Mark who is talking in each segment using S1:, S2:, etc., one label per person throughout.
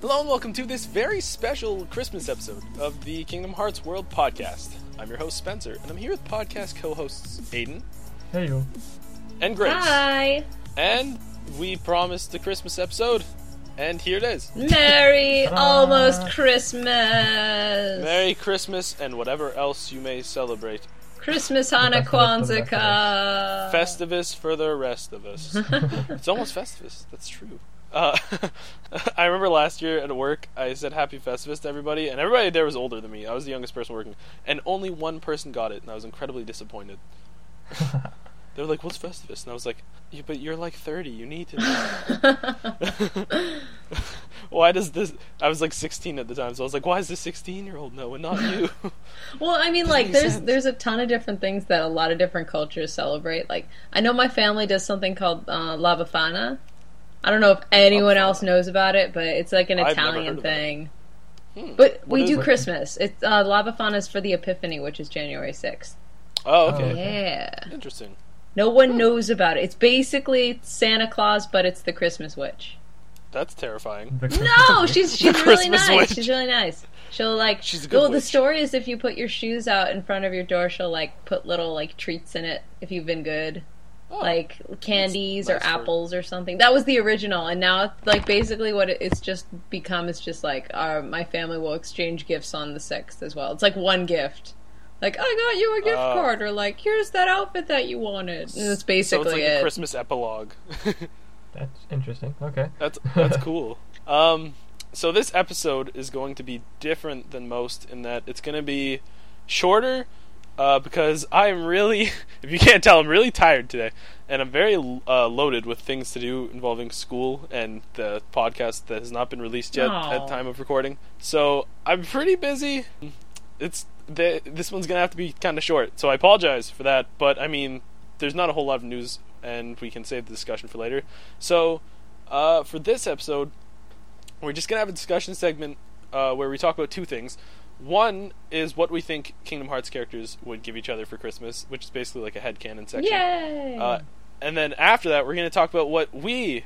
S1: Hello and welcome to this very special Christmas episode of the Kingdom Hearts World podcast. I'm your host Spencer, and I'm here with podcast co-hosts Aiden
S2: Hey yo.
S1: and Grace.
S3: Hi.
S1: And we promised the Christmas episode, and here it is.
S3: Merry almost Christmas.
S1: Ah. Merry Christmas and whatever else you may celebrate.
S3: Christmas Hana
S2: That's what the reference.
S3: Kwanzaa.
S1: Festivus for the rest of us. it's almost Festivus. That's true. Uh, I remember last year at work, I said Happy Festivus to everybody, and everybody there was older than me. I was the youngest person working, and only one person got it, and I was incredibly disappointed. they were like, "What's Festivus?" And I was like, yeah, "But you're like 30. You need to." know." Why does this? I was like 16 at the time, so I was like, "Why is this 16-year-old no and not you?"
S3: Well, I mean, like
S1: make
S3: there's
S1: sense.
S3: there's a ton of different things that a lot of different cultures celebrate. Like I know my family does something called uh, lava fana. I don't know if anyone
S1: Lava
S3: else knows about it, but it's like an
S1: I've never heard
S3: Italian
S1: of that.
S3: thing.
S1: Hmm.
S3: But
S1: What
S3: we
S1: is
S3: do
S1: it?
S3: Christmas. It's uh, lava fana is for the Epiphany, which is January sixth.
S1: Oh, okay,
S3: Yeah.
S1: interesting.
S3: No one knows about it. It's basically Santa Claus, but it's the Christmas witch.
S1: That's terrifying.
S2: The Christmas
S3: No,
S2: witch.
S3: she's she's
S1: The
S3: really
S1: Christmas
S3: nice.
S1: witch.
S3: She's really nice. She'll like.
S1: She's a good
S3: well, the
S1: witch.
S3: story is if you put your shoes out in front of your door, she'll like put little like treats in it if you've been good,
S1: Oh.
S3: like candies
S1: nice
S3: or
S1: for-
S3: apples or something. That was the original, and now like basically what it- it's just become is just like our my family will exchange gifts on the sixth as well. It's like one gift. Like I got you a gift
S1: Oh.
S3: card, or like here's that outfit that you wanted. And that's basically
S1: so it's like
S3: it.
S1: a Christmas epilogue.
S2: That's interesting. Okay.
S1: that's that's cool. Um, so this episode is going to be different than most in that it's going to be shorter uh, because I'm really, if you can't tell, I'm really tired today, and I'm very uh, loaded with things to do involving school and the podcast that has not been released yet
S3: Aw.
S1: at time of recording. So I'm pretty busy. It's the, this one's going to have to be kind of short, so I apologize for that. But I mean, there's not a whole lot of news, and we can save the discussion for later. So uh, for this episode, we're just gonna have a discussion segment uh, where we talk about two things. One is what we think Kingdom Hearts characters would give each other for Christmas, which is basically like a headcanon section.
S3: Yay!
S1: Uh, and then after that, we're going to talk about what we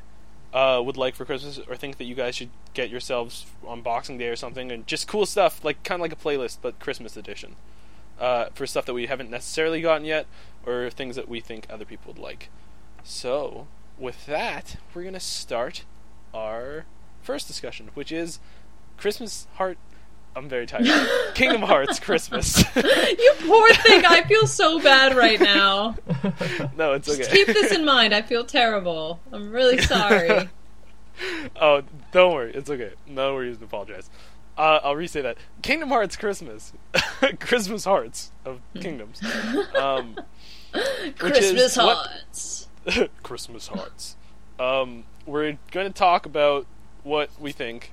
S1: uh, would like for Christmas or think that you guys should get yourselves on Boxing Day or something, and just cool stuff, like kind of like a playlist, but Christmas edition uh, for stuff that we haven't necessarily gotten yet or things that we think other people would like. So, with that, we're going to start our first discussion, which is Christmas Heart. I'm very tired. Kingdom Hearts Christmas.
S3: You poor thing. I feel so bad right now.
S1: no, it's okay.
S3: Just keep this in mind. I feel terrible. I'm really sorry.
S1: Oh, don't worry. It's okay. No reason to apologize. Uh, I'll re-say that. Kingdom Hearts Christmas. Christmas Hearts of Kingdoms. Um, Which is
S3: Christmas
S1: what-
S3: hearts.
S1: Christmas Hearts. Um, we're going to talk about what we think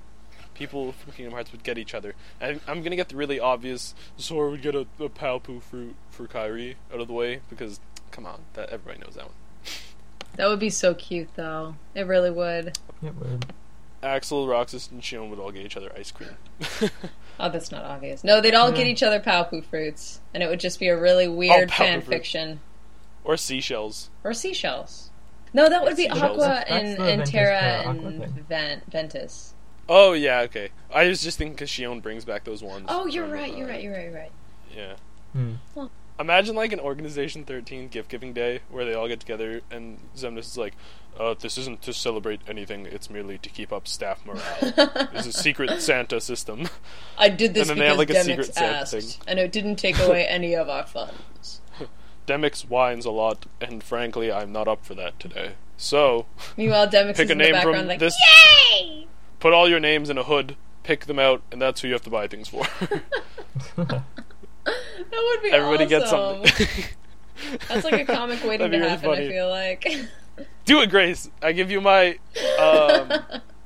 S1: people from Kingdom Hearts would get each other. And I'm going to get the really obvious Sora would get a, a Palpu fruit for Kyrie out of the way because, come on, that everybody knows that one.
S3: That would be so cute, though. It really would.
S2: It would.
S1: Axel, Roxas, and Shion would all get each other ice cream.
S3: Oh, that's not obvious. No, they'd all get
S2: Yeah.
S3: each other Palpu fruits, and it would just be a really weird
S1: Palpu
S3: fan
S1: fruit.
S3: fiction.
S1: or seashells.
S3: Or seashells. No, that would be
S1: Seashells.
S3: Aqua
S2: That's- that's
S3: and,
S2: the
S3: and
S2: Ventus
S3: Terra
S2: Terra Aqua
S3: and
S2: thing.
S3: Vent, Ventus.
S1: Oh yeah, okay. I was just thinking because Shion brings back those ones.
S3: Oh, you're
S1: Um,
S3: right,
S1: uh,
S3: you're right, you're right, you're right.
S1: Yeah.
S2: Hmm.
S1: Imagine like an Organization 13 gift giving day where they all get together and Zemnis is like, uh, "This isn't to celebrate anything. It's merely to keep up staff morale. It's a secret Santa system."
S3: I did this
S1: And then they have,
S3: because
S1: like, a
S3: Demix
S1: secret Santa
S3: asked,
S1: thing.
S3: and it didn't take away any of our funds.
S1: Demix whines a lot, and frankly, I'm not up for that today. So,
S3: Meanwhile, Demix
S1: pick
S3: is
S1: a
S3: in the
S1: name
S3: background
S1: from
S3: like,
S1: this.
S3: "Yay!"
S1: Put all your names in a hood. Pick them out, and that's who you have to buy things for.
S3: That would be
S1: Everybody gets
S3: awesome.
S1: something.
S3: That's like a comic
S1: That'd
S3: waiting
S1: be
S3: to
S1: really
S3: happen.
S1: funny.
S3: I feel like.
S1: Do it, Grace. I give you my um,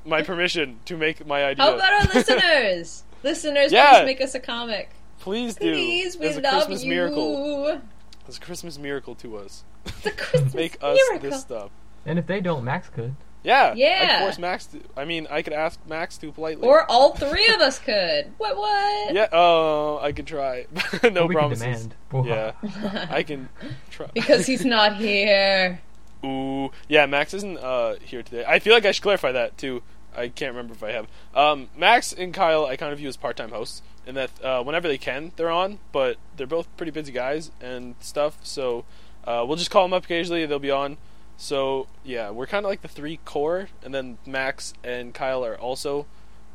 S1: my permission to make my idea.
S3: How about our listeners? listeners,
S1: Yeah.
S3: please make us a comic.
S1: Please do.
S3: Please, we
S1: It's a
S3: love
S1: Christmas
S3: you.
S1: miracle. It's a Christmas miracle to us.
S3: The Christmas
S1: Make us
S3: miracle.
S1: this stuff.
S2: And if they don't, Max could.
S1: Yeah. I
S3: Yeah.
S1: force Max. To, I mean, I could ask Max to politely.
S3: Or all three of us could. What? What?
S1: yeah. Oh, I could try. no
S2: we
S1: promises.
S2: Can demand.
S1: Yeah, I can try.
S3: because he's not here.
S1: Ooh, yeah. Max isn't uh, here today. I feel like I should clarify that too. I can't remember if I have. Um, Max and Kyle, I kind of view as part-time hosts, and that uh, whenever they can, they're on. But they're both pretty busy guys and stuff, so uh, we'll just call them up occasionally. They'll be on. So yeah, we're kind of like the three core, and then Max and Kyle are also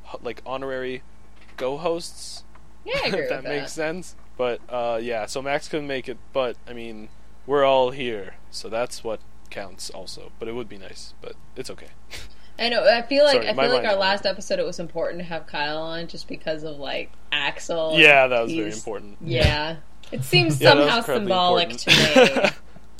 S1: h- like honorary go hosts.
S3: Yeah, I agree
S1: if that
S3: with
S1: makes sense. But uh, yeah, so Max couldn't make it, but I mean, we're all here, so that's what counts also. But it would be nice, but it's okay.
S3: I know. I feel like
S1: Sorry,
S3: I
S1: my
S3: feel like
S1: mind-
S3: our last episode it was important to have Kyle on just because of like Axel.
S1: yeah, that was very
S3: He's-
S1: important.
S3: Yeah, it seems
S1: Yeah, that was
S3: somehow
S1: incredibly
S3: symbolic
S1: important.
S3: to me.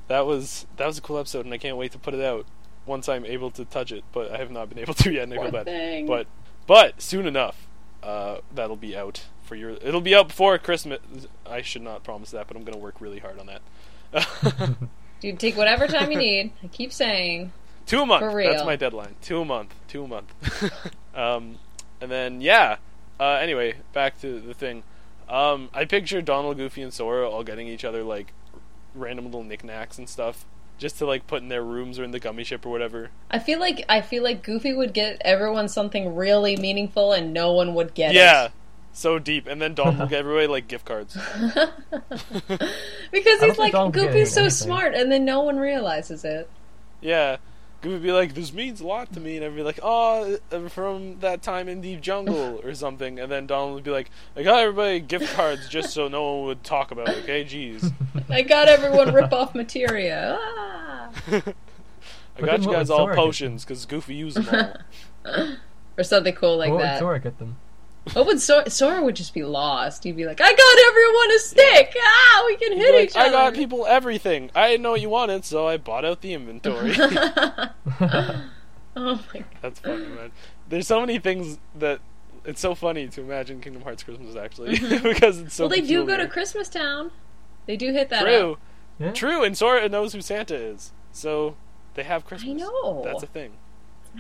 S1: that was that was a cool episode, and I can't wait to put it out once I'm able to touch it. But I have not been able to yet. and I feel
S3: Poor
S1: bad.
S3: thing.
S1: But but soon enough, uh, that'll be out for your. It'll be out before Christmas. I should not promise that, but I'm gonna work really hard on that.
S3: Dude, take whatever time you need. I keep saying.
S1: Two a month.
S3: For real.
S1: That's my deadline. Two a month. Two a month. um, and then yeah. Uh, anyway, back to the thing. Um, I picture Donald, Goofy, and Sora all getting each other like random little knickknacks and stuff, just to like put in their rooms or in the gummy ship or whatever.
S3: I feel like I feel like Goofy would get everyone something really meaningful, and no one would get
S1: yeah,
S3: it.
S1: so deep. And then Donald will get everybody like gift cards.
S3: because
S2: I don't
S3: he's
S2: think
S3: like
S2: Donald would get
S3: Goofy's so
S2: anything.
S3: smart, and then no one realizes it.
S1: Yeah. Goofy would be like, this means a lot to me, and I'd be like, oh, uh, from that time in the jungle or something. And then Donald would be like, I got everybody gift cards just so no one would talk about it, okay? Jeez.
S3: I got everyone rip off materia. Ah!
S1: I
S2: But
S1: got
S2: then
S1: you
S2: what
S1: guys
S2: would
S1: all
S2: Sora get them?
S1: potions because Goofy used them all.
S3: Or something cool like
S2: what
S3: that.
S2: would Sora get them?
S3: What would Sora, Sora would just be lost? He'd be like, "I got everyone a stick. Ah, we can
S1: He'd
S3: hit
S1: be like,
S3: each
S1: I
S3: other."
S1: got people everything. I didn't know what you wanted, so I bought out the inventory.
S3: oh my!
S1: That's funny, man. There's so many things that it's so funny to imagine Kingdom Hearts Christmas actually because it's so.
S3: Mm-hmm. well, they do go
S1: peculiar.
S3: to Christmas Town. They do hit that.
S1: True,
S3: up.
S2: yeah.
S1: true, and Sora knows who Santa is, so they have Christmas.
S3: I know.
S1: That's a thing.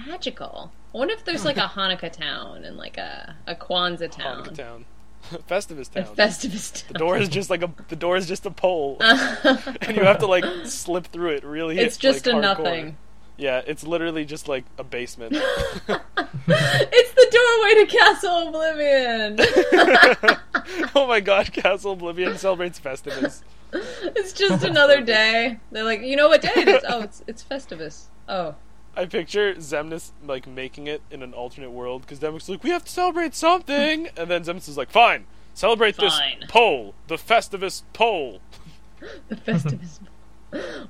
S3: Magical. I wonder if there's like a Hanukkah Town and like a a Kwanzaa Town,
S1: Hanukkah Town, Festivus
S3: a
S1: Town.
S3: Festivus
S1: the
S3: Town.
S1: door is just like a the door is just a pole, and you have to like slip through it. Really,
S3: it's just
S1: like,
S3: a
S1: hardcore.
S3: nothing.
S1: Yeah, it's literally just like a basement.
S3: It's the doorway to Castle Oblivion.
S1: oh my god, Castle Oblivion celebrates Festivus.
S3: it's just another day. They're like, you know what day it is? Oh, it's it's Festivus. Oh,
S1: I picture Zemnis like making it in an alternate world because Demix like, we have to celebrate something, and then Zemnis is like, fine, celebrate
S3: Fine.
S1: this pole, the Festivus pole.
S3: the Festivus.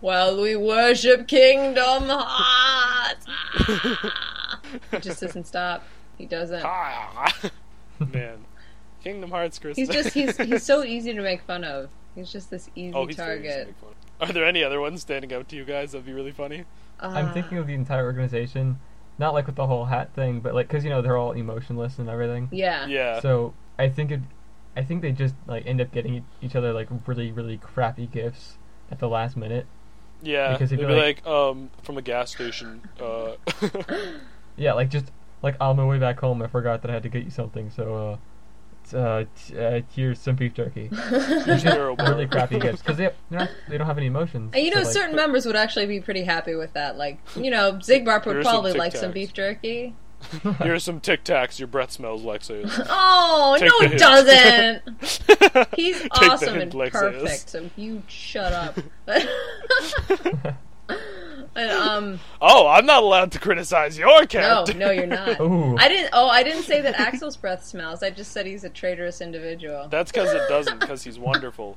S3: While we worship Kingdom Hearts. Ah. He just doesn't stop. He doesn't.
S1: Ah, man, Kingdom Hearts Christmas.
S3: He's just he's he's so easy to make fun of. He's just this easy
S1: oh, he's very easy to
S3: target.
S1: make fun of. Are there any other ones standing out to you guys? That'd be really funny.
S3: Ah.
S2: I'm thinking of the entire organization, not like with the whole hat thing, but like because you know they're all emotionless and everything.
S3: Yeah.
S1: Yeah,
S2: So I think it, I think they just like end up getting e- each other like really really crappy gifts at the last minute.
S1: yeah.
S2: because
S1: It'd
S2: he'd
S1: be
S2: be
S1: like, um, from a gas station. Uh,
S2: Yeah, like just like on my way back home, I forgot that I had to get you something. So, uh, t- uh, t- uh here's some beef jerky.
S1: here's Hero Bar.
S2: really crappy gifts because they they're not, they don't have any emotions.
S3: And you know,
S2: so, like,
S3: certain members would actually be pretty happy with that. Like, you know, Zigbar
S1: Here are
S3: would
S1: some
S3: probably like
S1: Tic
S3: some
S1: Tacs.
S3: beef jerky.
S1: Here's some Tic Tacs. Your breath smells like sales.
S3: Oh,
S1: Take the
S3: no, it
S1: hint.
S3: doesn't. He's
S1: Take the
S3: awesome
S1: hint,
S3: and
S1: Lexus.
S3: perfect. So you shut up. and, um,
S1: Oh, I'm not allowed to criticize your
S3: no,
S1: character.
S3: no, you're not.
S2: Ooh.
S3: I didn't. Oh, I didn't say that Axel's breath smells. I just said he's a traitorous individual.
S1: That's because it doesn't, because he's wonderful.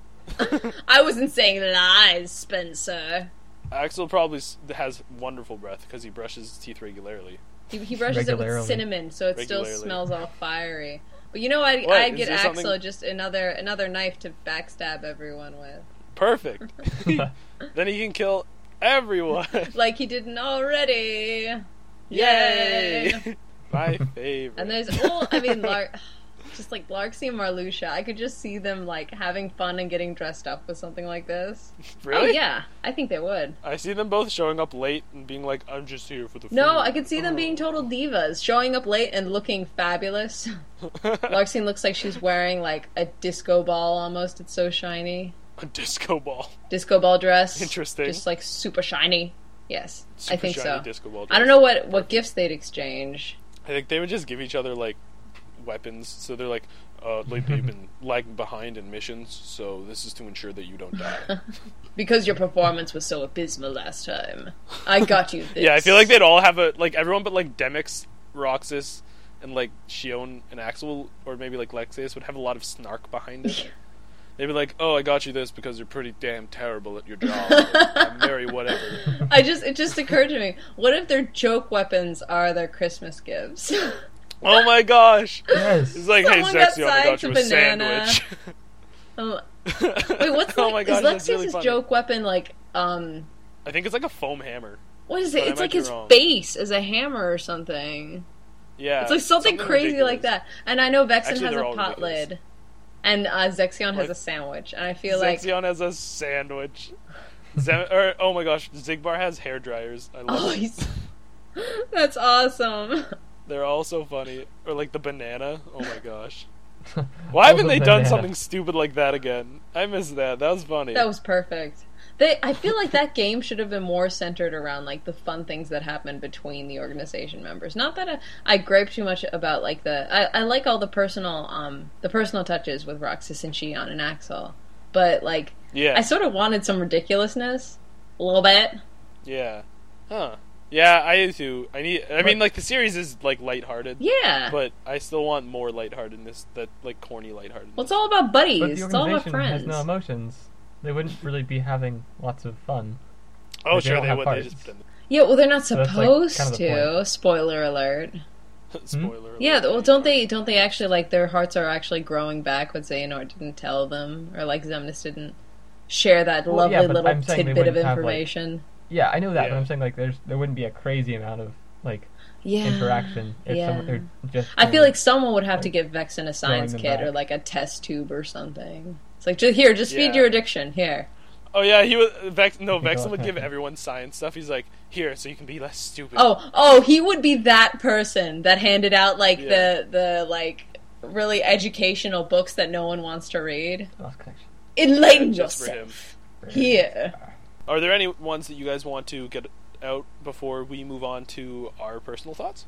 S3: I wasn't saying lies, Spencer.
S1: Axel probably s- has wonderful breath because he brushes his teeth regularly.
S3: He, he brushes it with
S2: Regularly.
S3: cinnamon, so it still
S1: Regularly.
S3: smells all fiery. But you know, I
S1: What,
S3: I
S1: is
S3: get
S1: there
S3: Axel
S1: something-
S3: just another another knife to backstab everyone with,
S1: Perfect. then he can kill everyone.
S3: like he didn't already.
S1: Yay! My favorite.
S3: And there's all I mean, Lar- just like Larksy and Marluxia, I could just see them like having fun and getting dressed up with something like this.
S1: really?
S3: Oh yeah, I think they would.
S1: I see them both showing up late and being like, "I'm just here for the."
S3: No,
S1: food."
S3: I could see them being total divas, showing up late and looking fabulous. Larkseen looks like she's wearing like a disco ball almost. It's so shiny.
S1: a disco ball.
S3: Disco ball dress.
S1: Interesting.
S3: Just like super shiny. Yes,
S1: Super
S3: I think
S1: shiny
S3: so.
S1: Disco ball.
S3: I don't know what what gifts they'd exchange.
S1: I think they would just give each other like weapons. So they're like, uh, lately you've been lagging behind in missions, so this is to ensure that you don't die.
S3: Because your performance was so abysmal last time. I got you this.
S1: yeah, I feel like they'd all have a like everyone but like Demix, Roxas, and like Shion and Axel, or maybe like Lexius would have a lot of snark behind it. They'd be like, "Oh, I got you this because you're pretty damn terrible at your job. or I'm very whatever."
S3: I just it just occurred to me. What if their joke weapons are their Christmas gifts?
S1: Oh my gosh!
S2: Yes.
S1: It's like,
S3: Someone
S1: "Hey, sexy, oh
S3: got
S1: my
S3: sides
S1: gosh,
S3: a
S1: you a
S3: banana.
S1: sandwich."
S3: um, wait, what's
S1: oh
S3: like,
S1: my gosh,
S3: is
S1: that's
S3: Lexius's
S1: really funny.
S3: joke weapon like um
S1: I think it's like a foam hammer.
S3: what is it?
S1: But I
S3: it's
S1: might
S3: like
S1: be
S3: his
S1: wrong.
S3: face is a hammer or something.
S1: Yeah,
S3: It's like something, crazy like
S1: ridiculous.
S3: that. And I know Vexen
S1: Actually,
S3: has
S1: they're
S3: a
S1: all
S3: pot
S1: ridiculous.
S3: lid. And uh, Zexion has
S1: Like-
S3: a sandwich, and I feel like
S1: Zexion has a sandwich. Zem- or, oh my gosh, Zigbar has hair dryers. I love
S3: oh,
S1: it.
S3: he's that's awesome.
S1: They're all so funny. Or like the banana. Oh my gosh. Why haven't
S2: the
S1: they done
S2: banana.
S1: something stupid like that again? I miss that. That was funny.
S3: That was perfect. They, I feel like that game should have been more centered around like the fun things that happen between the organization members. Not that I, I gripe too much about like the I, I like all the personal um the personal touches with Roxas and Shion and Axel, but like
S1: yeah.
S3: I sort of wanted some ridiculousness a little bit.
S1: yeah. Huh. Yeah, I do too. I need I mean like the series is like lighthearted.
S3: Yeah,
S1: But I still want more lightheartedness, that like corny lightheartedness.
S3: well, it's all about buddies.
S2: But the
S3: it's all about
S2: organization has
S3: friends.
S2: no emotions. They wouldn't really be having lots of fun.
S1: oh
S2: Like, they
S1: sure
S2: don't
S1: they
S2: have
S1: would,
S2: parts.
S1: they just pretend
S3: yeah, well, they're not
S2: So that's, like, kind of
S3: supposed
S2: the
S3: to. Spoiler alert.
S1: spoiler alert,
S3: Yeah, th- well,
S1: they
S3: don't
S1: are.
S3: they? Don't they actually like their hearts are actually growing back? What Xehanort didn't tell them, or like Zemnis didn't share that
S2: Well,
S3: lovely
S2: yeah, but
S3: little
S2: I'm saying they
S3: tidbit of
S2: wouldn't have, like-
S3: information.
S2: Yeah, I know that, but
S1: Yeah.
S2: I'm saying like there's there wouldn't be a crazy amount of like
S3: yeah,
S2: interaction if
S3: yeah.
S2: someone they're just.
S3: I feel like someone would have to
S2: Like,
S3: give Vexen a science
S2: them
S3: kit or
S2: back.
S3: like a test tube or something. It's like just here, just
S1: Yeah.
S3: feed your addiction here.
S1: Oh yeah, he was Vex. No,
S2: Think
S1: Vexen
S2: about
S1: would give
S2: that.
S1: everyone science stuff. He's like, here, so you can be less stupid.
S3: Oh, oh, he would be that person that handed out like
S1: Yeah.
S3: the the like really educational books that no one wants to read.
S2: Lost connection.
S3: Enlighten
S1: Just for him.
S3: yourself here.
S1: Are there any ones that you guys want to get out before we move on to our personal thoughts?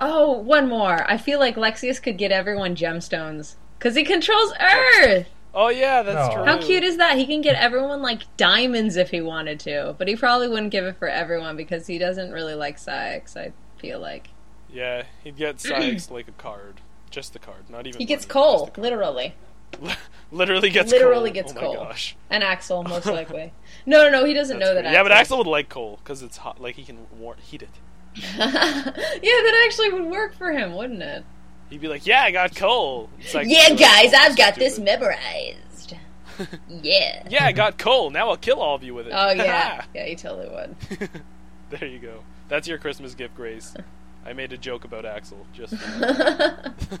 S3: Oh, one more. I feel like Lexius could get everyone gemstones because he controls Earth.
S1: Oh yeah, that's
S2: Aw.
S1: true.
S3: How cute is that? He can get everyone like diamonds if he wanted to, but he probably wouldn't give it for everyone because he doesn't really like Syax. I feel like
S1: Yeah, he'd get Sykes like a card, just the card, not even.
S3: he
S1: money,
S3: gets
S1: just
S3: coal,
S1: the card.
S3: literally,
S1: literally gets
S3: Literally
S1: coal.
S3: gets
S1: oh
S3: coal.
S1: My gosh,
S3: and Axel most likely. No, no, no. He doesn't
S1: That's
S3: know that.
S1: great. Yeah, but Axel would like coal because it's hot. Like he can war- heat it.
S3: yeah, that actually would work for him, wouldn't it?
S1: He'd be like, "Yeah, I got coal." It's like,
S3: yeah,
S1: "Coal's
S3: guys, I've got this
S1: stupid."
S3: memorized. yeah.
S1: yeah, I got coal. Now I'll kill all of you with it.
S3: Oh yeah, yeah. He totally would.
S1: there you go. That's your Christmas gift, Grace. I made a joke about Axel. Just.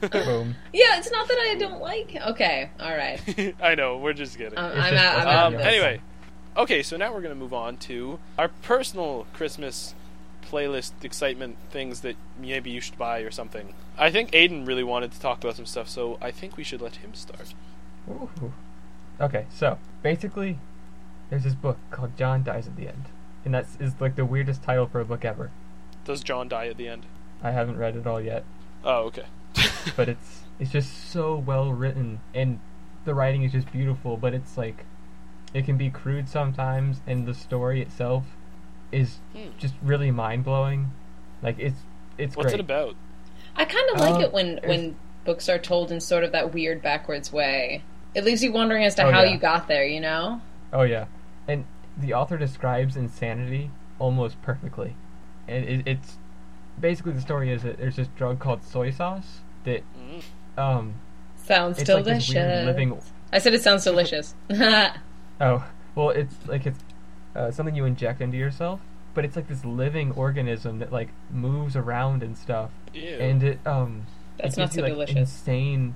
S2: Boom.
S3: Yeah, it's not that I don't like. Okay, all right.
S1: I know. We're just kidding.
S3: Um,
S2: It's
S3: I'm
S2: just
S3: out. I'm
S2: like-
S3: out
S1: Um,
S3: of
S2: Yeah.
S3: this.
S1: anyway, okay, so now we're going to move on to our personal Christmas playlist excitement things that maybe you should buy or something. I think Aiden really wanted to talk about some stuff, so I think we should let him start.
S2: Ooh. Okay, so basically, there's this book called John Dies at the End, and that is like the weirdest title for a book ever.
S1: Does John die at the end?
S2: I haven't read it all yet,
S1: Oh, okay.
S2: but it's it's just so well written, and the writing is just beautiful. But it's like, it can be crude sometimes, and the story itself is
S1: Hmm.
S2: just really mind blowing. Like it's it's
S1: What's
S2: great.
S1: it about?
S3: I kind of like
S2: um,
S3: it when
S2: there's-
S3: when books are told in sort of that weird backwards way. It leaves you wondering as to
S2: Oh,
S3: how
S2: yeah.
S3: you got there. You know?
S2: Oh yeah, and the author describes insanity almost perfectly, and it, it's basically the story is that there's this drug called soy sauce that
S1: Mm.
S2: um
S3: Sounds
S2: it's like
S3: delicious.
S2: this weird living.
S3: I said it sounds delicious. yeah,
S2: Oh well, it's like it's uh, something you inject into yourself, but it's like this living organism that like moves around and stuff,
S1: Ew.
S2: and it um it
S3: That's
S2: gives
S3: not so
S2: you, like,
S3: delicious.
S2: Insane,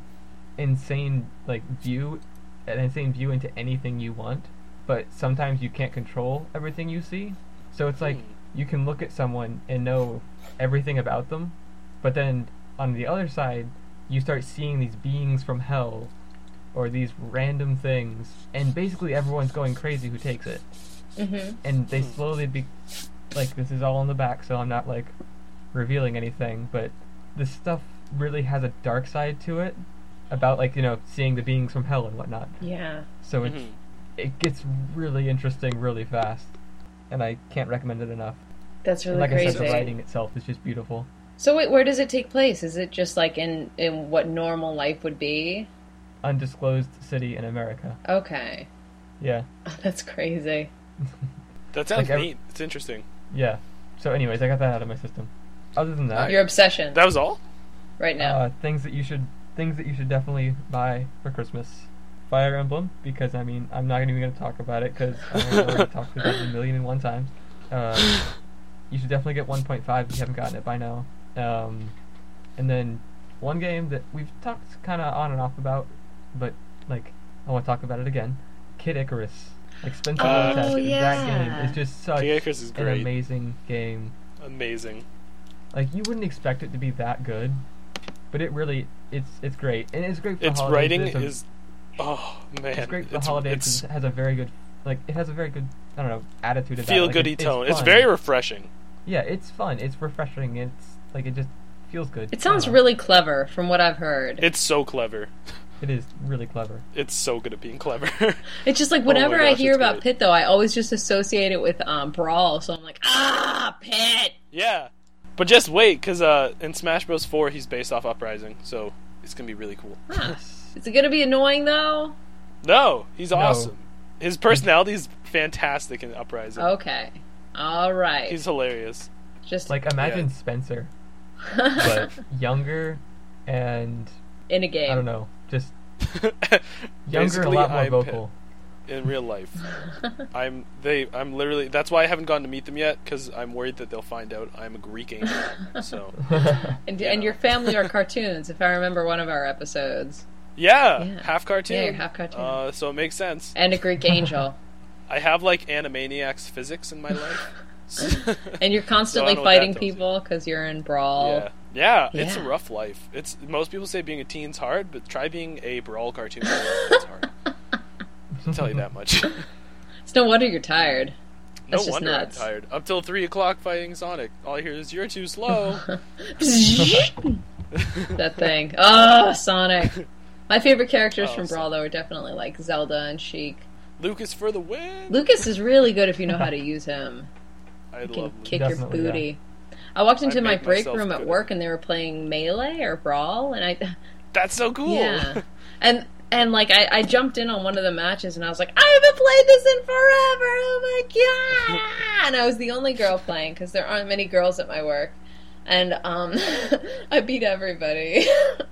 S2: insane like view, an insane view into anything you want, but sometimes you can't control everything you see. So it's like
S1: Hmm.
S2: you can look at someone and know everything about them, but then on the other side, you start seeing these beings from hell, or these random things, and basically everyone's going crazy who takes it
S3: hmm
S2: and they slowly be like this is all in the back so i'm not like revealing anything but this stuff really has a dark side to it about like you know seeing the beings from hell and whatnot.
S3: Yeah.
S2: So it
S1: Mhm.
S2: it gets really interesting really fast, and I can't recommend it enough.
S3: That's
S2: And
S3: really
S2: like I
S3: crazy.
S2: said, the writing itself is just beautiful.
S3: So wait, where does it take place? Is it just like in in what normal life would be?
S2: Undisclosed city in America.
S3: Okay,
S2: Yeah,
S3: that's crazy.
S1: That sounds
S2: Like, I-
S1: neat. It's interesting.
S2: yeah. So, anyways, I got that out of my system. Other than Uh, that,
S3: Your obsession
S1: That was all.
S3: right now.
S2: uh, things that you should things that you should definitely buy for Christmas. Fire Emblem, because I mean, I'm not even going to talk about it because I've already talked about it a million and one times. Uh, you should definitely get 1.5 if you haven't gotten it by now. Um, and then one game that we've talked kind of on and off about, but like I want to talk about it again. Kid Icarus. Like Spencer
S1: Uh,
S2: Lopez,
S1: Kid
S2: that
S3: Icarus.
S2: game is just such
S1: Kid Icarus is
S2: an
S1: great.
S2: amazing game
S1: Amazing.
S2: like you wouldn't expect it to be that good, but it really it's it's great and it's great for
S1: Its
S2: holidays.
S1: writing
S2: it's a-
S1: is. Oh man,
S2: it's great for holidays.
S1: It's
S2: and it has a very good like it has a very good I don't know attitude about it.
S1: feel
S2: Like,
S1: goody
S2: it-
S1: tone. It's
S2: fun.
S1: very refreshing.
S2: yeah, it's fun. It's refreshing. It's like it just feels good.
S3: It sounds
S2: Uh,
S3: really clever, from what I've heard.
S1: It's so clever.
S2: It is really clever.
S1: It's so good at being clever.
S3: It's just like whenever
S1: Oh my
S3: I
S1: gosh,
S3: hear
S1: it's
S3: about
S1: great.
S3: Pit, though, I always just associate it with um, Brawl. So I'm like, ah, Pit.
S1: yeah, but just wait, because uh, in Smash Bros. Four, he's based off Uprising, so it's gonna be really cool.
S3: Huh.
S2: Yes.
S3: Is it gonna be annoying though?
S1: No, he's
S2: No.
S1: awesome. His personality is fantastic in Uprising.
S3: Okay, all right.
S1: He's hilarious.
S3: just
S2: Like imagine
S1: Yeah.
S2: Spencer, but younger and
S3: in a game.
S2: I don't know, just younger and a
S1: Basically,
S2: lot more
S1: I'm
S2: vocal.
S1: in real life. I'm they. I'm literally. That's why I haven't gone to meet them yet because I'm worried that they'll find out I'm a Greek angel. so
S3: And,
S1: Yeah.
S3: and your family are cartoons, if I remember one of our episodes.
S1: yeah,
S3: Yeah.
S1: half cartoon.
S3: Yeah, you're half cartoon.
S1: Uh, so it makes sense.
S3: And a Greek angel.
S1: I have like Animaniacs physics in my life.
S3: And you're constantly
S1: know what that
S3: fighting
S1: tells you.
S3: people because you're in Brawl.
S1: yeah. yeah, it's a
S3: Yeah.
S1: rough life. It's most people say being a teen's hard, but try being a brawl cartoon. That's hard. I'll tell you that much. no
S3: It's no wonder you're tired. That's just
S1: wonder
S3: nuts.
S1: I'm tired. Up till three o'clock fighting Sonic. All I hear is you're too slow.
S3: that thing. Oh, Sonic. My favorite characters
S1: Oh,
S3: from Brawl, though, are definitely like Zelda and Sheik.
S1: Lucas for the win.
S3: Lucas is really good if you know how to use him.
S1: I
S3: You can
S1: love Lucas.
S3: kick
S2: Definitely,
S3: your
S2: yeah.
S3: booty. I walked into
S1: I
S3: my
S1: make
S3: break
S1: myself
S3: room at
S1: good
S3: work
S1: at it.
S3: and they were playing Melee or Brawl, and I.
S1: That's so cool.
S3: Yeah. And and like I, I jumped in on one of the matches and I was like, I haven't played this in forever. Oh my god! And I was the only girl playing because there aren't many girls at my work. And um, I beat everybody,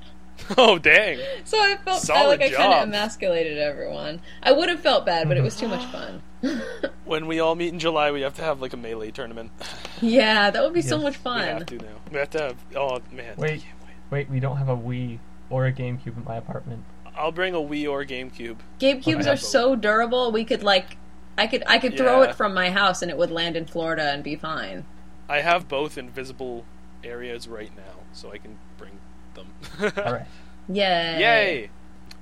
S1: oh dang.
S3: so I felt I,
S1: Solid
S3: like I kind
S1: job.
S3: of emasculated everyone. I would have felt bad, but it was too much fun.
S1: When we all meet in July, we have to have like a melee tournament.
S3: yeah, that would be so
S2: Yes,
S3: much
S1: We have
S3: fun.
S1: to now. We have to have. Oh man. I
S2: Wait.
S1: can't wait.
S2: Wait, we don't have a Wii or a GameCube in my apartment.
S1: I'll bring a Wii or GameCube.
S3: Game cubes
S1: yeah.
S3: are so durable. We could like, I could I could throw
S1: Yeah.
S3: it from my house and it would land in Florida and be fine.
S1: I have both invisible areas right now, so I can bring them.
S2: All right.
S3: Yay!
S1: Yay!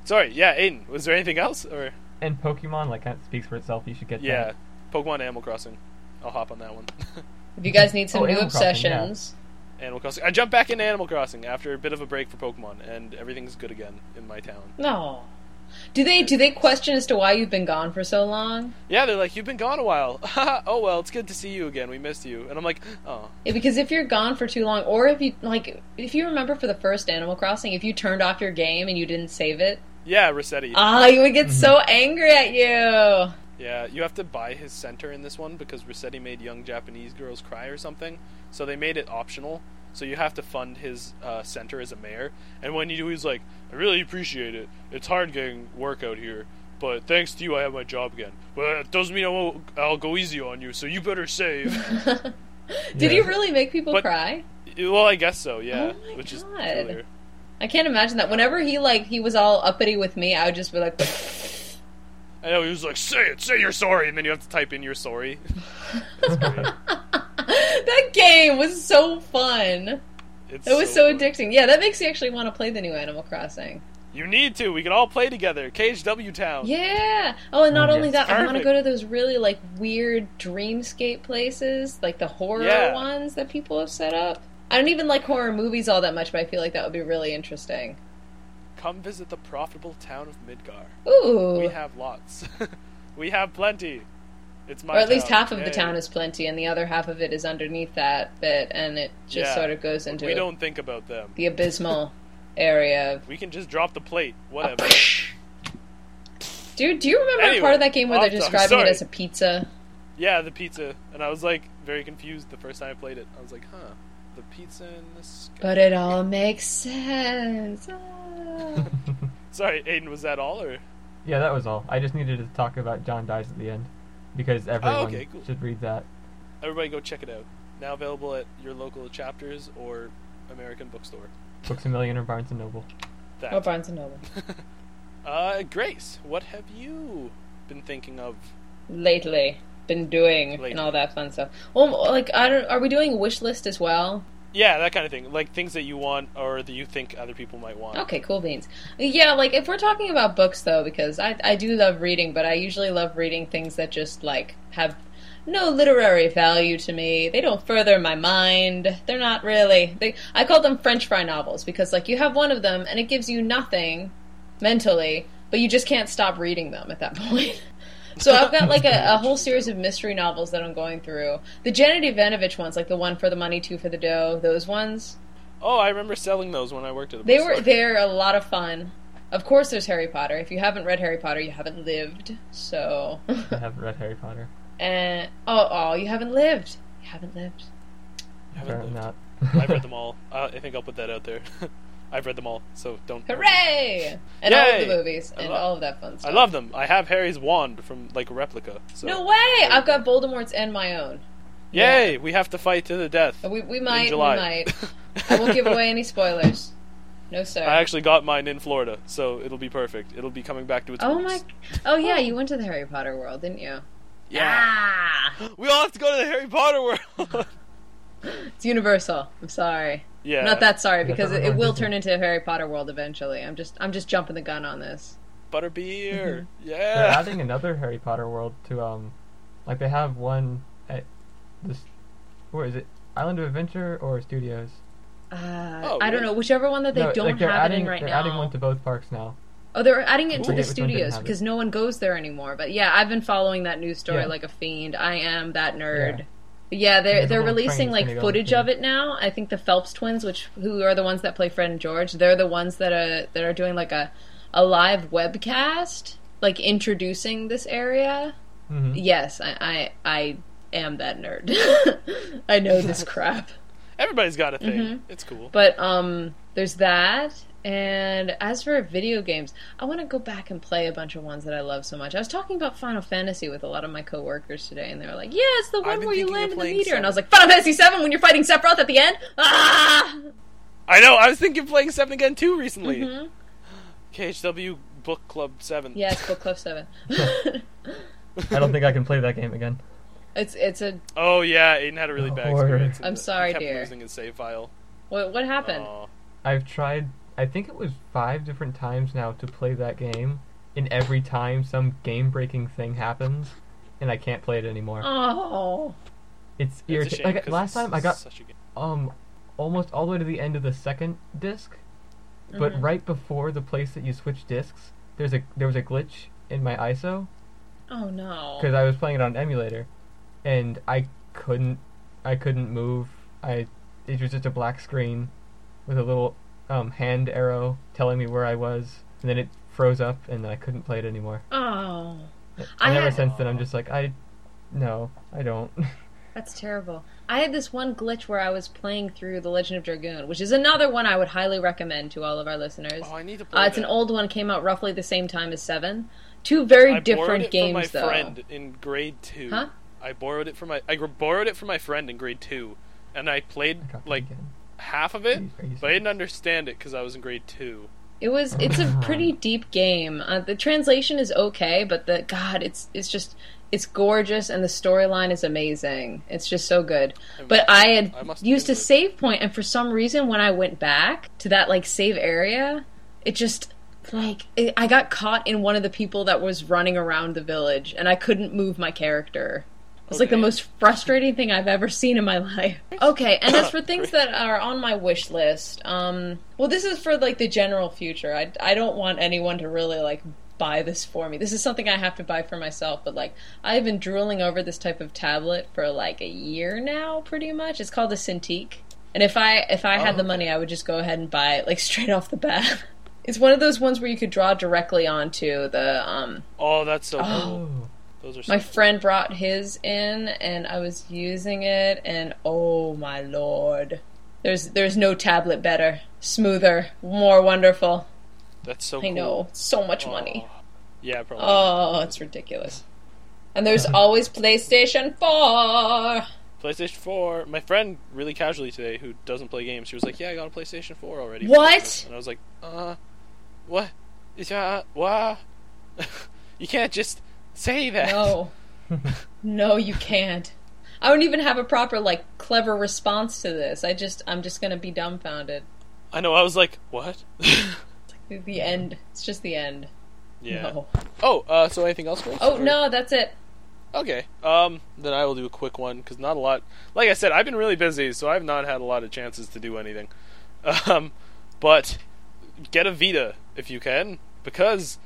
S1: Sorry, yeah, Aiden, was there anything else? Or
S2: And Pokemon, like that speaks for itself. You should get
S1: yeah,
S2: that.
S1: Pokemon Animal Crossing. I'll hop on that one.
S3: If you guys need some
S2: Oh,
S3: new
S2: Animal Crossing, yeah.
S3: obsessions.
S1: Animal Crossing. I jumped back into Animal Crossing after a bit of a break for Pokemon, and everything's good again in my town.
S3: No. Do they do they question as to why you've been gone for so long?
S1: Yeah, they're like, you've been gone a while. oh well, it's good to see you again. We missed you. And I'm like, oh,
S3: Yeah, Because if you're gone for too long, or if you like, if you remember for the first Animal Crossing, if you turned off your game and you didn't save it,
S1: yeah, Rossetti.
S3: ah, you would get
S1: Mm-hmm.
S3: so angry at you.
S1: Yeah, you have to buy his center in this one because Rossetti made young Japanese girls cry or something. So they made it optional. So you have to fund his uh, center as a mayor. And when you do, he's like, I really appreciate it. It's hard getting work out here. But thanks to you, I have my job again. Well, it doesn't mean I won't, I'll go easy on you, so you better save.
S3: Did
S2: Yeah.
S3: you really make people
S1: But-
S3: cry?
S1: well, I guess so, yeah.
S3: Oh my
S1: which is
S3: God.
S1: peculiar.
S3: I can't imagine that. Whenever he like he was all uppity with me, I would just be like,
S1: I know, he was like, say it, say you're sorry. And then you have to type in you're sorry. That's great.
S3: that game was so fun.
S1: It's
S3: That was so
S1: fun.
S3: addicting. Yeah, that makes you actually want to play the new Animal Crossing.
S1: You need to. We can all play together. KHW Town.
S3: Yeah. Oh, and not
S2: Oh,
S3: only
S2: yes.
S3: that, I want to
S1: Perfect.
S3: go to those really like weird dreamscape places, like the horror
S1: Yeah.
S3: ones that people have set up. I don't even like horror movies all that much, but I feel like that would be really interesting.
S1: Come visit the profitable town of Midgar.
S3: Ooh.
S1: We have lots. we have plenty. It's my
S3: or at least
S1: town.
S3: half of the
S1: Yay.
S3: town is plenty, and the other half of it is underneath that bit, and it just
S1: Yeah.
S3: sort of goes into
S1: We don't think about them.
S3: the abysmal area of.
S1: We can just drop the plate. Whatever.
S3: Dude, do you remember a
S1: Anyway,
S3: part of that game where they're
S1: off topic.
S3: describing it
S1: Sorry.
S3: as a pizza?
S1: yeah, the pizza. And I was like very confused the first time I played it. I was like, huh, the pizza in the sky.
S3: But it all makes sense. Ah.
S1: Sorry, Aiden, was that all or?
S2: Yeah, that was all. I just needed to talk about John dies at the end because everyone
S1: Oh, okay, cool.
S2: should read that.
S1: Everybody go check it out. Now available at your local chapters or American bookstore.
S2: Books a Million or Barnes and Noble.
S1: That.
S3: oh, Barnes and Noble.
S1: Uh, Grace, what have you been thinking of?
S3: Lately, been doing and
S1: Lately.
S3: all that fun stuff. Well, like I don't. Are we doing wish list as well?
S1: Yeah, that kind of thing. Like things that you want or that you think other people might want.
S3: Okay, cool beans. Yeah, like if we're talking about books though, because I I do love reading, but I usually love reading things that just like have no literary value to me. They don't further my mind. They're not really. They I call them French fry novels because like you have one of them and it gives you nothing mentally, but you just can't stop reading them at that point. So I've got like a, a whole series of mystery novels that I'm going through. The Janet Ivanovich ones, like the one for the money, two for the dough, those ones.
S1: Oh, I remember selling those when I worked at the
S3: They
S1: bookstore.
S3: were they're a lot of fun. Of course, there's Harry Potter. If you haven't read Harry Potter, you haven't lived. So,
S2: I haven't read Harry Potter.
S3: and oh, oh, you haven't lived. You haven't lived.
S1: I haven't
S2: Apparently
S1: lived.
S2: not.
S1: I've read them all. Uh, I think I'll put that out there. I've read them all, so don't.
S3: Hooray! And all of the
S1: Yay!
S3: movies
S1: I
S3: and
S1: love-
S3: all of that fun
S1: I
S3: stuff.
S1: love them. I have Harry's wand from like a replica. So.
S3: No way! I've got Voldemort's and my own.
S1: Yay! We have to fight to the death.
S3: We we might
S1: in
S3: we
S1: July.
S3: might. I won't give away any spoilers. No sir.
S1: I actually got mine in Florida, so it'll be perfect. It'll be coming back to its
S3: oh my!
S1: roots.
S3: Oh yeah, you went to the Harry Potter world, didn't you?
S1: Yeah.
S3: Ah!
S1: We all have to go to the Harry Potter world.
S3: It's Universal. I'm sorry.
S1: yeah.
S3: I'm not that sorry
S2: Yeah,
S3: because
S2: that
S3: it, it will
S2: reminds me.
S3: turn into a Harry Potter world eventually. I'm just I'm just jumping the gun on this.
S1: Butterbeer.
S3: Mm-hmm.
S2: They're
S1: Yeah.
S2: adding another Harry Potter world to um, like they have one at this, where is it? Island of Adventure or Studios?
S1: Oh,
S3: Uh, I don't
S1: really?
S3: know whichever one that they
S2: No,
S3: don't
S2: like they're
S3: have it
S2: adding,
S3: in right
S2: they're
S3: now.
S2: adding one to both parks now.
S3: oh, they're adding it
S1: Cool.
S3: to the
S2: Which one didn't
S3: studios
S2: have it?
S3: because no one goes there anymore. But yeah, I've been following that news story
S2: Yeah.
S3: like a fiend. I am that nerd.
S2: Yeah.
S3: Yeah. they're
S2: There's a
S3: they're
S2: little train
S3: releasing
S2: that's gonna
S3: like
S2: go
S3: footage
S2: through.
S3: of it now. I think the Phelps twins, which who are the ones that play Fred and George, they're the ones that are that are doing like a a live webcast, like introducing this area.
S2: Mm-hmm.
S3: Yes, I I, I am that nerd. I know this crap.
S1: Everybody's got a thing.
S3: Mm-hmm.
S1: It's cool.
S3: But um there's that and as for video games, I want to go back and play a bunch of ones that I love so much. I was talking about Final Fantasy with a lot of my coworkers today, and they were like, "Yeah, it's the one
S1: been
S3: where you
S1: thinking of
S3: land in the
S1: playing
S3: meteor." And I was
S1: seven.
S3: like, "Final Fantasy Seven when you're fighting Sephiroth at the end." Ah!
S1: I know. I was thinking playing Seven Again too recently. KHW Book Club Seven.
S3: Mm-hmm. Yeah, it's Book Club Seven.
S2: I don't think I can play that game again.
S3: it's it's a
S1: Oh yeah, Aiden had a really bad
S2: Horror.
S1: experience.
S3: I'm
S1: He
S3: sorry,
S1: kept
S3: dear.
S1: Losing his save file.
S3: what, what happened?
S1: Aw.
S2: I've tried. I think it was five different times now to play that game, and every time some game-breaking thing happens, and I can't play it anymore.
S3: Oh,
S1: It's
S2: It's
S1: a
S2: irritating.
S1: shame,
S2: Like
S1: 'cause
S2: last time, I
S1: it's
S2: got
S1: Such a good...
S2: um almost all the way to the end of the second disc, but right before the place that you switch discs, there's a there was a glitch in my ISO
S3: oh no.
S2: because I was playing it on an emulator, and I couldn't I couldn't move. I it was just a black screen with a little um, hand arrow telling me where I was, and then it froze up, and then I couldn't play it anymore.
S3: Oh, I
S2: And ever
S3: had-
S2: since then, I'm just like I no, I don't.
S3: That's terrible. I had this one glitch where I was playing through The Legend of Dragoon, which is another one I would highly recommend to all of our listeners.
S1: Oh, I need to play.
S3: uh, it's an
S1: that.
S3: old one, came out roughly the same time as Seven. Two very
S1: I borrowed
S3: different
S1: it
S3: games,
S1: from my
S3: though.
S1: friend in grade two.
S3: Huh?
S1: I borrowed it from my I gr- borrowed it from my friend in grade two, and I played
S2: I dropped it
S1: like
S2: again.
S1: half of it,
S2: Are you
S1: but I didn't understand it because I was in grade two.
S3: It was. It's a pretty deep game. Uh, the translation is okay, but the God, it's it's just it's gorgeous, and the storyline is amazing. It's just so good. But I had
S1: I must
S3: used a
S1: do it.
S3: save point, and for some reason, when I went back to that like save area, it just like it, I got caught in one of the people that was running around the village, and I couldn't move my character. It's like the most frustrating thing I've ever seen in my life. Okay, and as for things that are on my wish list, um, well, this is for like the general future. I, I don't want anyone to really like buy this for me. This is something I have to buy for myself, but like I've been drooling over this type of tablet for like a year now, pretty much. It's called a Cintiq, and if I if I had the money, I would just go ahead and buy it like straight off the bat. It's one of those ones where you could draw directly onto the um,
S1: Oh, that's so cool.
S2: Oh,
S1: Those are so
S3: my friend brought his in and I was using it and oh my lord. There's there's no tablet better, smoother, more wonderful.
S1: that's so
S3: I
S1: cool.
S3: know, so much money.
S1: Oh. Yeah, probably.
S3: Oh, it's ridiculous. And there's always PlayStation 4.
S1: PlayStation 4. My friend, really casually today, who doesn't play games, she was like, "Yeah, I got a PlayStation 4 already." for
S3: What?
S1: Christmas." And I was like, "Uh, what? Is that what? you can't just say that."
S3: No. no, you can't. I don't even have a proper like clever response to this. I just I'm just going to be dumbfounded.
S1: I know. I was like, "What?"
S3: The end. It's just the end.
S1: yeah.
S3: No.
S1: Oh, uh, so anything else? Chris?
S3: Oh
S1: Or-
S3: no, that's it.
S1: Okay. Um, then I will do a quick one because not a lot. Like I said, I've been really busy, so I've not had a lot of chances to do anything. Um, but get a Vita if you can, because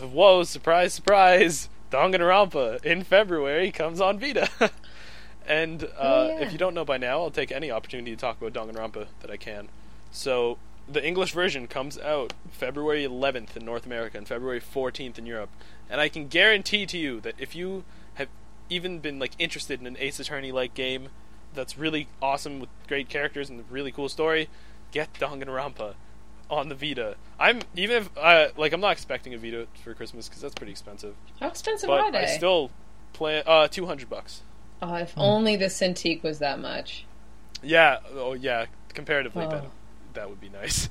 S1: whoa, surprise, surprise, Danganronpa in February comes on Vita. and uh,
S3: Oh, yeah.
S1: if you don't know by now, I'll take any opportunity to talk about Danganronpa that I can. So the English version comes out February 11th in North America and February 14th in Europe. And I can guarantee to you that if you have even been like interested in an Ace Attorney like game that's really awesome with great characters and a really cool story, get Danganronpa on the Vita. I'm even if uh, like I'm not expecting a Vita for Christmas because that's pretty expensive,
S3: How expensive are
S1: but
S3: they?
S1: I still plan uh 200 bucks.
S3: Oh, if
S1: Hmm.
S3: only the Cintiq was that much.
S1: Yeah, oh yeah, comparatively
S3: Oh.
S1: that that would be nice.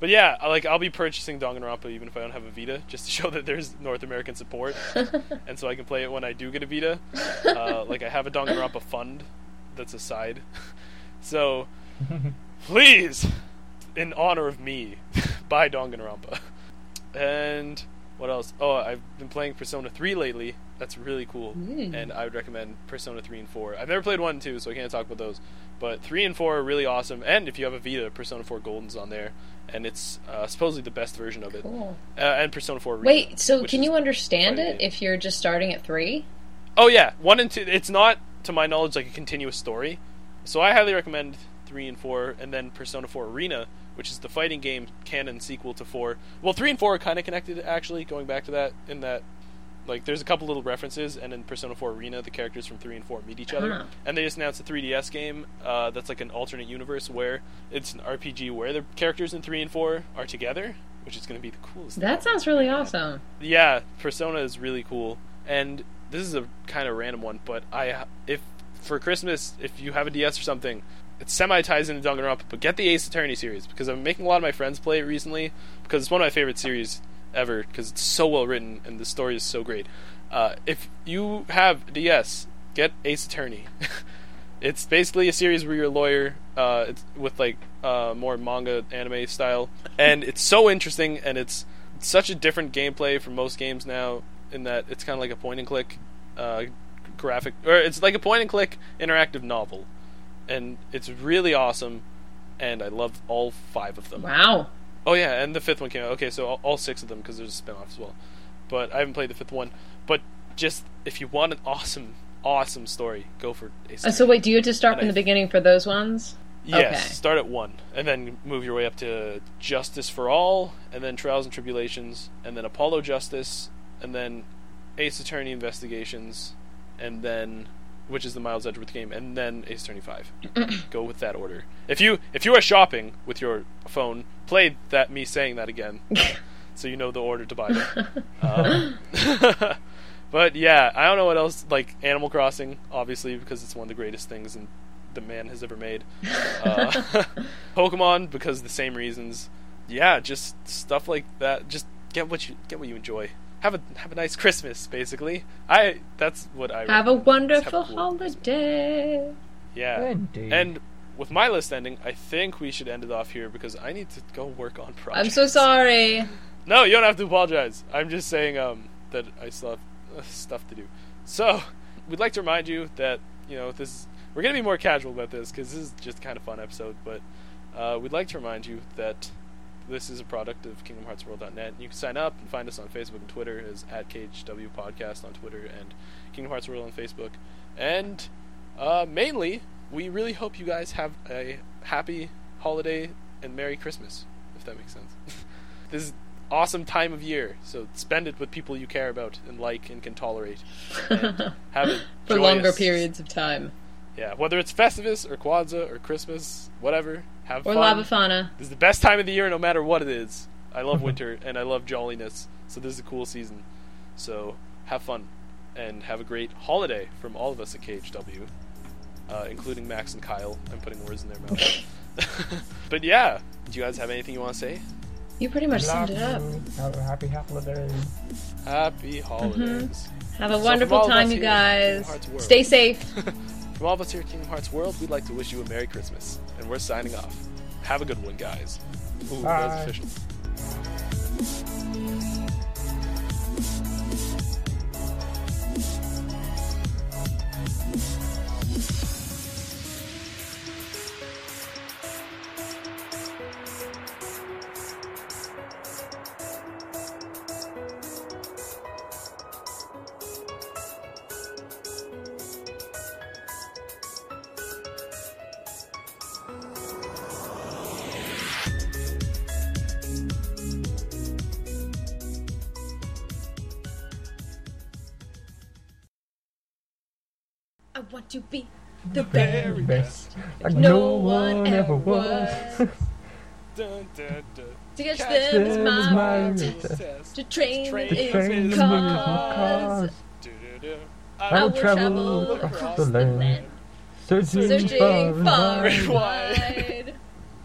S1: But yeah, I- like I'll be purchasing Danganronpa even if I don't have a Vita, just to show that there's North American support, and so I can play it when I do get a Vita. Uh, like I have a Danganronpa fund that's a side, so please, in honor of me, buy Danganronpa. And what else? Oh, I've been playing Persona 3 lately. That's really cool.
S3: Mm.
S1: And I would recommend Persona 3 and 4. I've never played 1 and 2, so I can't talk about those. But 3 and 4 are really awesome. And if you have a Vita, Persona 4 Golden's on there. And it's uh, supposedly the best version of it.
S3: Cool.
S1: Uh, and Persona 4 Arena,
S3: Wait, so
S1: which
S3: can
S1: is-
S3: you understand
S1: quite a
S3: it
S1: bit.
S3: if you're just starting at three?
S1: Oh, yeah. 1 and 2. It's not, to my knowledge, like a continuous story. So I highly recommend 3 and 4, and then Persona 4 Arena, which is the fighting game canon sequel to 4. Well, 3 and 4 are kind of connected, actually, going back to that, in that, like, there's a couple little references, and in Persona 4 Arena, the characters from 3 and 4 meet each other.
S3: Huh.
S1: And they just announced a 3DS game uh, that's like an alternate universe where it's an RPG where the characters in 3 and 4 are together, which is going to be the coolest thing
S3: That sounds really awesome.
S1: yeah, Persona is really cool, and this is a kind of random one, but I if for Christmas if you have a DS or something, it semi ties into Danganronpa, but get the Ace Attorney series because I'm making a lot of my friends play it recently because it's one of my favorite series ever because it's so well written and the story is so great. Uh, if you have a DS, get Ace Attorney. it's basically a series where you're a lawyer uh, it's with like uh, more manga anime style and it's so interesting and it's such a different gameplay from most games now in that it's kind of like a point and click uh, graphic or it's like a point and click interactive novel and it's really awesome and i love all five of them
S3: Wow.
S1: Oh yeah, and the fifth one came out. Okay, so all, all six of them because there's a spin-off as well. But I haven't played the fifth one. But just if you want an awesome, awesome story, go for Ace.
S3: Uh, So
S1: Attorney.
S3: wait, do you have to start
S1: And
S3: from
S1: I-
S3: the beginning for those ones?
S1: yes,
S3: okay.
S1: start at one, and then move your way up to Justice for All, and then Trials and Tribulations, and then Apollo Justice, and then Ace Attorney Investigations, and then which is the Miles Edgeworth game, and then Ace Attorney Five. go with that order. If you if you are shopping with your phone, play that me saying that again, so you know the order to buy them. um, but yeah, I don't know what else. Like Animal Crossing, obviously, because it's one of the greatest things in, the man has ever made. Uh, Pokemon, because of the same reasons. Yeah, just stuff like that. Just get what you get what you enjoy. Have a have a nice Christmas, basically. I that's what I
S3: Have a
S1: recommend. Just have a
S3: wonderful
S1: cool-
S3: holiday.
S1: Yeah.
S2: Indeed.
S1: And with my list ending, I think we should end it off here because I need to go work on projects.
S3: I'm so sorry.
S1: No, you don't have to apologize. I'm just saying um, that I still have uh, stuff to do. So, we'd like to remind you that you know this. We're gonna be more casual about this because this is just kind of fun episode. But uh, we'd like to remind you that this is a product of KingdomHeartsWorld.net. You can sign up and find us on Facebook and Twitter as at KHW Podcast on Twitter and Kingdom Hearts World on Facebook. And uh, mainly, we really hope you guys have a happy holiday and Merry Christmas, if that makes sense. this is awesome time of year, so spend it with people you care about and like and can tolerate. And have it
S3: for
S1: joyous-
S3: longer periods of time.
S1: Yeah, whether it's Festivus or Kwanzaa or Christmas, whatever, have
S3: Or
S1: fun.
S3: lava fauna.
S1: This is the best time of the year, no matter what it is. I love winter and I love jolliness, so this is a cool season. So have fun and have a great holiday from all of us at KHW, uh, including Max and Kyle. I'm putting words in their mouth. but yeah, do you guys have anything you want to say?
S3: You pretty much summed it up.
S2: Have a happy holiday.
S1: Happy holidays.
S3: Have a
S1: from
S3: wonderful
S1: all of
S3: time,
S1: us
S3: you
S1: here at Kingdom
S3: guys.
S1: Hearts World.
S3: Stay safe.
S1: From all of us here at Kingdom Hearts World, we'd like to wish you a Merry Christmas, and we're signing off. Have a good one, guys. Ooh, that was
S2: Bye.
S1: official.
S3: I want to be the very
S2: Best. Like
S3: No one ever was.
S1: Dun, dun, dun.
S3: To catch
S1: Catch
S3: them is
S2: them is
S3: my
S2: my
S3: route.
S2: route.
S3: To train
S1: Train
S2: The
S1: It's
S2: trains
S3: is
S1: is
S2: move
S1: my
S3: cause.
S2: cars.
S1: Do-do-do.
S2: I
S3: I
S2: will
S3: will travel
S2: travel
S3: across the land.
S2: Searching, far,
S3: Searching far
S2: and
S3: and
S1: and
S3: wide.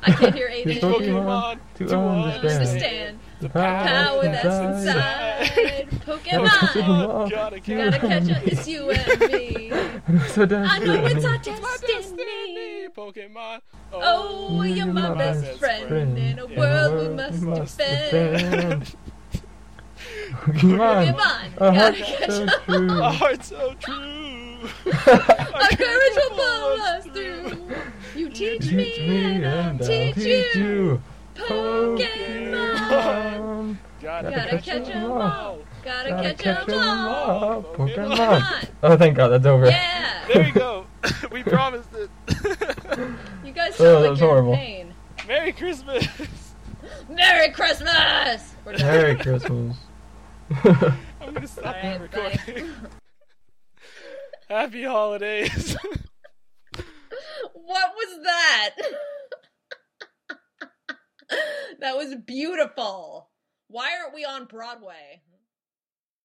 S3: I can't hear
S2: It's
S3: Aiden.
S2: Pokemon to understand.
S3: Understand
S1: The
S3: power that's inside.
S1: inside.
S3: Pokemon.
S2: Pokemon.
S1: Gotta catch
S3: Gotta catch it. It's you and me.
S2: So does
S3: I know it's our
S2: Disney.
S1: My
S3: destiny.
S1: destiny, Pokemon.
S3: Oh, you're my best friend in a world we must defend. Come
S2: Pokemon.
S3: on, Uh-huh.
S2: A heart
S3: gotta catch
S2: so
S3: up.
S2: true.
S1: Our heart's so true.
S3: Our courage will pull us through. You teach me
S2: Teach me
S3: and I'll
S2: and I'll
S3: teach
S2: teach
S3: you.
S2: you.
S3: Pokemon.
S2: Pokemon.
S1: Gotta,
S3: Gotta catch 'em all. Gotta catch 'em all.
S1: all.
S2: Pokemon.
S3: Come on.
S2: Oh, thank God, that's over.
S3: Yeah.
S1: There you go. we promised it.
S3: You guys
S2: Oh,
S3: sound
S2: that
S3: like
S2: was
S3: you're in
S2: horrible.
S3: pain.
S1: Merry Christmas.
S3: Merry Christmas! We're done.
S2: Merry Christmas.
S1: I'm gonna stop
S3: Alright,
S1: that recording. Happy holidays.
S3: What was that? that was beautiful. Why aren't we on Broadway?